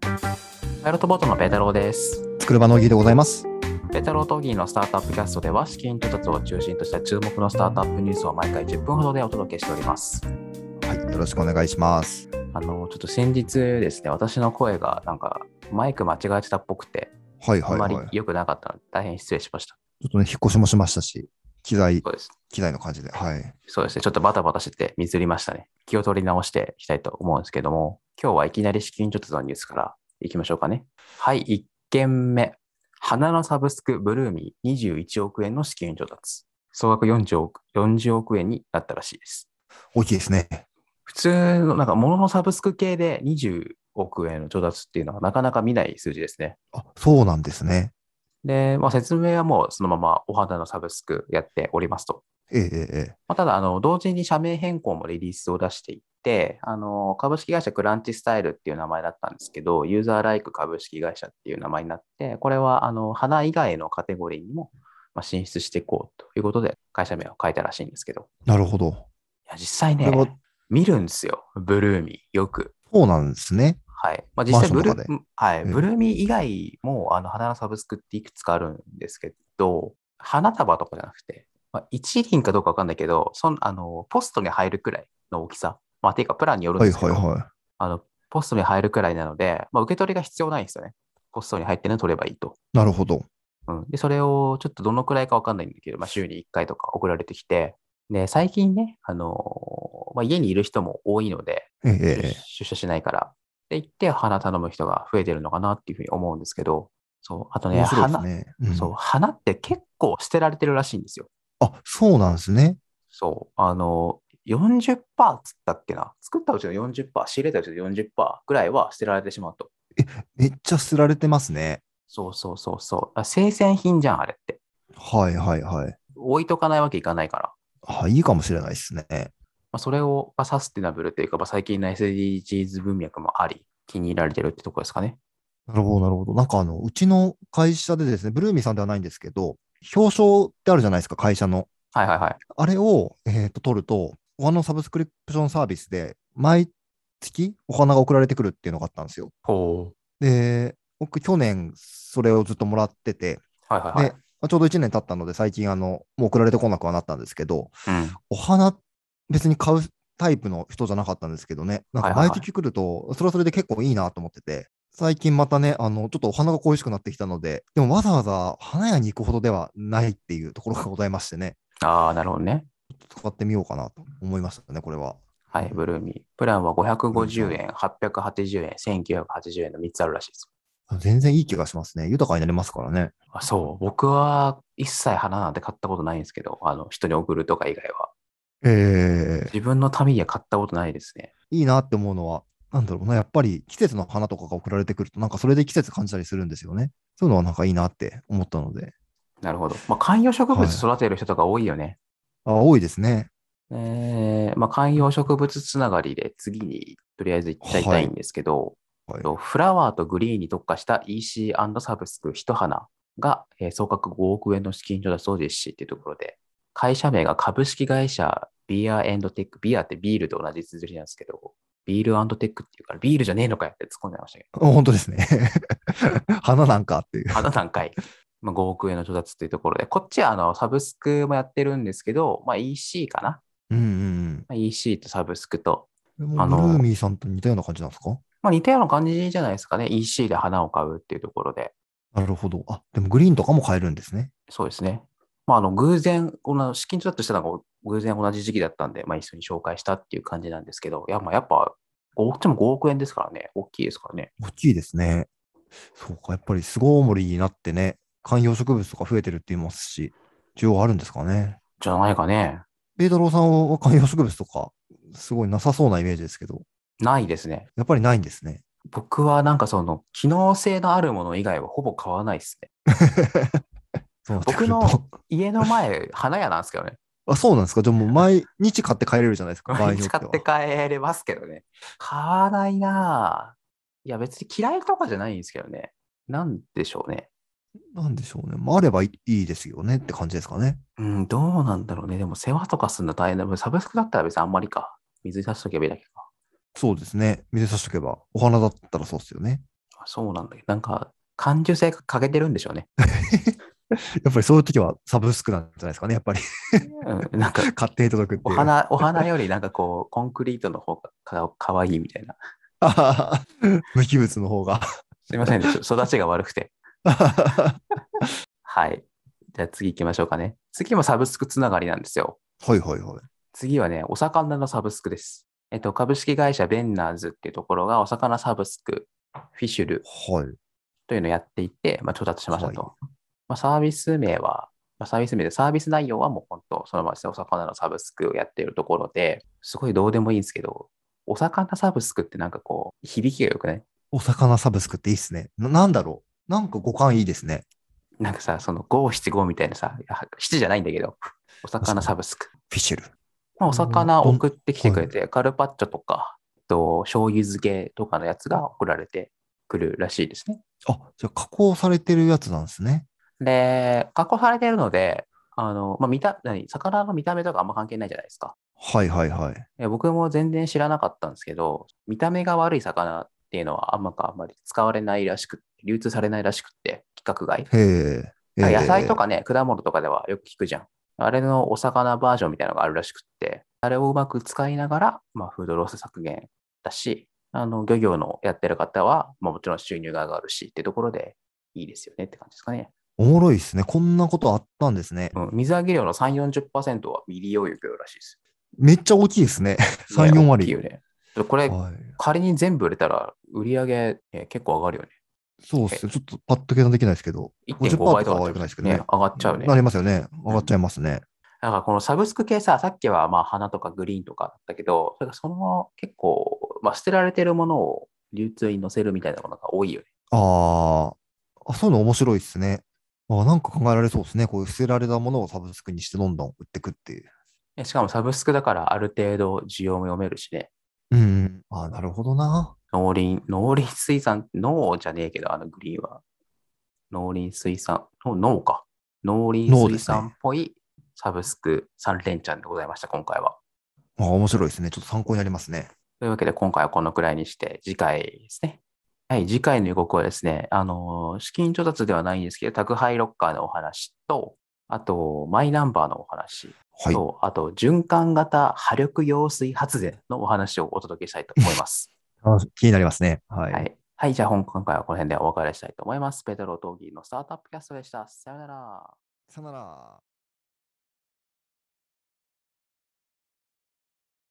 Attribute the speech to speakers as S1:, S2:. S1: パイロットボートのペータローです。
S2: 作る場のギーでございます。
S1: ペータローとギーのスタートアップキャストでは資金調達を中心とした注目のスタートアップニュースを毎回10分ほどでお届けしております。
S2: はい、よろしくお願いします。
S1: あの、ちょっと先日ですね、私の声がなんかマイク間違えてたっぽくて、
S2: はい
S1: あ
S2: はい
S1: んま
S2: はい。
S1: り
S2: ちょ
S1: 良くなかったので大変失礼しました。
S2: っとね、引っ越しもしましたし、機材、
S1: そうです。
S2: 機材の感じで。はい。
S1: そうですね。ちょっとバタバタしててミスりましたね。気を取り直していきたいと思うんですけども、今日はいきなり資金調達のニュースからいきましょうかね。はい、1件目。花のサブスクブルーミー21億円の資金調達。総額40億 ,40 億円になったらしいです。
S2: 大きいですね。
S1: 普通のなんか物のサブスク系で20億円の調達っていうのはなかなか見ない数字ですね。
S2: あ、そうなんですね。
S1: で、まあ、説明はもうそのままお花のサブスクやっておりますと。
S2: えええええ
S1: まあ、ただあの、同時に社名変更もリリースを出していて、あの株式会社クランチスタイルっていう名前だったんですけど、ユーザーライク株式会社っていう名前になって、これはあの花以外のカテゴリーにもまあ進出していこうということで、会社名を変えたらしいんですけど、
S2: えなるほど。
S1: いや実際ね
S2: これは、
S1: 見るんですよ、ブルーミー、よく。
S2: そうなんですね。
S1: はいまあ、実際ブル
S2: マンションと
S1: ー、はい
S2: うん
S1: ブルーミー以外もあの花のサブスクっていくつかあるんですけど、花束とかじゃなくて、まあ、一輪かどうかわかんないけど、そのあのポストに入るくらいの大きさ、まあ、ていうかプランによるん
S2: は
S1: で
S2: い
S1: すけ
S2: はい
S1: ど、
S2: は
S1: あのポストに入るくらいなので、まあ、受け取りが必要ないんですよね。ポストに入ってるの取ればいいと。
S2: い。なるほど。
S1: うん、でそれをちょっとどのくらいかわかんないんだけど、まあ、週に1回とか送られてきて、で最近ね、あのまあ、家にいる人も多いので、
S2: えええええ
S1: 出社しないから。って言って、花頼む人が増えてるのかなっていうふうに思うんですけど、そう、あと
S2: え
S1: ね、
S2: 面白いです
S1: 花、
S2: ね。うん
S1: そう、花って結構捨てられてるらしいんですよ。
S2: あ、そうなんですね。
S1: そう、あの、40%っつったっけな、作ったうちの40%、仕入れたうちの40%ぐらいは捨てられてしまうと。
S2: めっちゃ捨てられてますね。
S1: そうそうそうそう。あ生鮮品じゃん、あれって。
S2: はいはいはい。
S1: 置いとかないわけいかないから。
S2: あ、いいかもしれないですね。
S1: まあ、それを、まあ、サステナブルというか、まあ、最近の SDGs 文脈もあり、気に入られてるってとこですかね。
S2: なるほど、なるほど。なんかあの、うちの会社でですね、ブルーミーさんではないんですけど、表彰ってあるじゃないですか、会社の。
S1: はいはいはい。
S2: あれを、えーと取ると、お花のサブスクリプションサービスで、毎月お花が送られてくるっていうのがあったんですよ。
S1: ほう。
S2: で、僕、去年、それをずっともらってて、
S1: はいはいはい
S2: で。まあちょうど1年経ったので、最近、あの、もう送られてこなくはなったんですけど、
S1: うん。
S2: お花、別に買うタイプの人じゃなかったんですけどね、なんか
S1: はいはい
S2: 毎
S1: はい
S2: 月来ると、それはそれで結構いいなと思ってて、最近またね、あの、ちょっとお花が恋しくなってきたので、でもわざわざ花屋に行くほどではないっていうところがございましてね、
S1: ああ、なるほどね。
S2: 使ってみようかなと思いましたね、これは。
S1: はい、ブルーミー。プランは550円、880円、1980円の3つあるらしいです。
S2: 全然いい気がしますね。豊かになりますからね。
S1: あそう、僕は一切花なんて買ったことないんですけど、あの人に送るとか以外は。
S2: ええ
S1: 自分のためには買ったことないですね。
S2: いいなって思うのは、なんだろうな、やっぱり季節の花とかが送られてくると、なんかそれで季節感じたりするんですよね。そういうのはなんかいいなって思ったので。
S1: なるほど。まあ、観葉植
S2: はい
S1: 物育てる人とか多いよね。
S2: あ、多いですね。
S1: えーまあ、観葉植物つながりで次にとりあえず行っちゃいたいんですけど、
S2: はいはい
S1: とフラワーとグリーンに特化した EC& サブスク一花が、えー総額5億円の資金調達を実施っていうところで、会社名が株式会社ビアテック、ビアってビールと同じ綴りなんですけど、ビールテックっていうからビールじゃねえのかよって突っ込んでましたけ
S2: あ本当ですね。 花なんかっていう。
S1: ど、あの段階。まあ、5億円の調達っていうところで、こっちはあのサブスクもやってるんですけど、まあ、EC かな。
S2: うんうん
S1: まあ EC とサブスクと
S2: うん。
S1: あ
S2: も
S1: の
S2: ブルーミーさんと似たような感じなんですか
S1: まあ、似たような感じじゃないですかね。EC で花を買うっていうところで。
S2: なるほど。あ、でもグリーンとかも買えるんですね。
S1: そうですね。まあ、あの偶然、この資金調達したのが偶然同じ時期だったんで、まあ、一緒に紹介したっていう感じなんですけど、いや、まあ、やっぱ、5億でも5億円ですからね。大きいですからね。
S2: 大きいですね。そうか、やっぱり巣ごもりになってね、観葉植物とか増えてるって言いますし、需要あるんですかね。
S1: じゃないかね。
S2: ペイ太郎さんは観葉植物とか、すごいなさそうなイメージですけど、
S1: ないですね。
S2: やっぱりないんですね。
S1: 僕はなんかその、機能性のあるもの以外はほぼ買わないですね。
S2: そうなってくると
S1: 僕家の前、花屋なんですけどね。
S2: あ、そうなんですか。じゃあもう毎日買って帰れるじゃないですか。 場合
S1: 毎
S2: によ
S1: 日
S2: って
S1: 買
S2: は
S1: って帰れますけどね。買わないなぁ。いや、別に嫌いとかじゃないんですけどね。なんでしょうね。
S2: なんでしょうね。まあ、あればいいいですよねって感じですかね。
S1: うん、どうなんだろうね。でも世話とかするの大変だ。サブスクだったら別にあんまりか。水にさしとけばいいだけか。
S2: そうですね。水さしとけば、お花だったらそうですよね。
S1: そうなんだけど、なんか、感受性が欠けてるんでしょうね。
S2: やっぱりそういう時はサブスクなんじゃないですかね。やっぱ り
S1: うん、 なんか、
S2: 買っていただくって
S1: お
S2: いう。
S1: 花、お花よりなんかこう、コンクリートの方がかかわいいみたいな。
S2: あはは 無機物の方が。
S1: すいませんでした。育ちが悪くて。
S2: は
S1: はい。じゃあ次行きましょうかね。次もサブスクつながりなんですよ。
S2: いはいはい。
S1: 次はね、お魚のサブスクです。えっと、株式会社ベンナーズっていうところがお魚サブスク、フィッシュル
S2: はい。
S1: というのをやっていて、まあ、調達しましたと。
S2: は
S1: まあ、サービス名は、まあ、サービス名で、サービス内容はもう本当、そのままですね、お魚のサブスクをやっているところで、すごいどうでもいいんですけど、お魚サブスクってなんかこう、響きが良くない
S2: お魚サブスクっていいっすね。ななんだろう。なんか五感いいですね。
S1: なんかさ、その五七五みたいなさ、いや七じゃないんだけど、お魚サブスク。
S2: フィッシュル。
S1: まあ、お魚
S2: うん
S1: 送ってきてくれて、カルパッチョとか、えっと醤油漬けとかのやつが送られてくるらしいですね。
S2: あ、じゃあ加工されてるやつなんですね。
S1: で、加工されてるので、あの、まあ、見た、何、魚の見た目とかあんま関係ないじゃないですか。
S2: はいはいはい。
S1: え僕も全然知らなかったんですけど、見た目が悪い魚っていうのはあんまかあんまり使われないらしく、流通されないらしくって、規格外。
S2: へえ。ええ
S1: 野菜と。かね、果物とかではよく聞くじゃん。あれのお魚バージョンみたいなのがあるらしくって、あれをうまく使いながら、まあ、フードロス削減だし、あの漁業のやってる方は、まあ、もちろん収入が上がるしってところでいいですよねって感じですかね。
S2: おもろいですね。こんなことあったんですね。
S1: うん、水揚げ量の3、40%は未利用漁業らしいです。
S2: めっちゃ大きいで すね。3、
S1: ね
S2: 4
S1: 大きいよ
S2: 割。
S1: ね。ちょっとこれ、
S2: はい、
S1: 仮に全部売れたら、売り上げ、ね結構上がるよね。
S2: そうですね。ちょっとパッと計算できないですけど。
S1: 1.5倍とか
S2: 50%とかは
S1: なっ
S2: 良
S1: ち
S2: く
S1: ゃ
S2: な
S1: う
S2: いですけどね
S1: 上がっちゃうね。
S2: なりますよね。上がっちゃいますね。
S1: だからこのサブスク系さ、さっきはまあ花とかグリーンとかだったけど、それがそのまま結構、まあ、捨てられてるものを流通に載せるみたいなものが多いよね。
S2: あーあ、そういうの面白いですね。あなんか考えられそうですね。こういう捨てられたものをサブスクにしてどんどん売ってくっていう。
S1: えしかもサブスクだからある程度需要も読めるしね。
S2: うんうん。ああ、なるほどな。
S1: 農林、農林水産、農じゃねえけど、あのグリーンは。農林水産、の農か。農林
S2: 農
S1: 水
S2: ですね
S1: 産っぽいサブスク3連チャンでございました、今回は。
S2: あ面白いですね。ちょっと参考になりますね。
S1: というわけで、今回はこのくらいにして、次回ですね。はい、次回の予告はですね、あのー、資金調達ではないんですけど、宅配ロッカーのお話と、あと、マイナンバーのお話
S2: はい。
S1: と、あと、循環型波力揚水発電のお話をお届けしたいと思います。
S2: あ気になりますね。はい。
S1: はい。はい、じゃあ、今回はこの辺でお別れしたいと思います。ペトロ・トーギーのスタートアップキャストでした。さよなら。
S2: さよなら。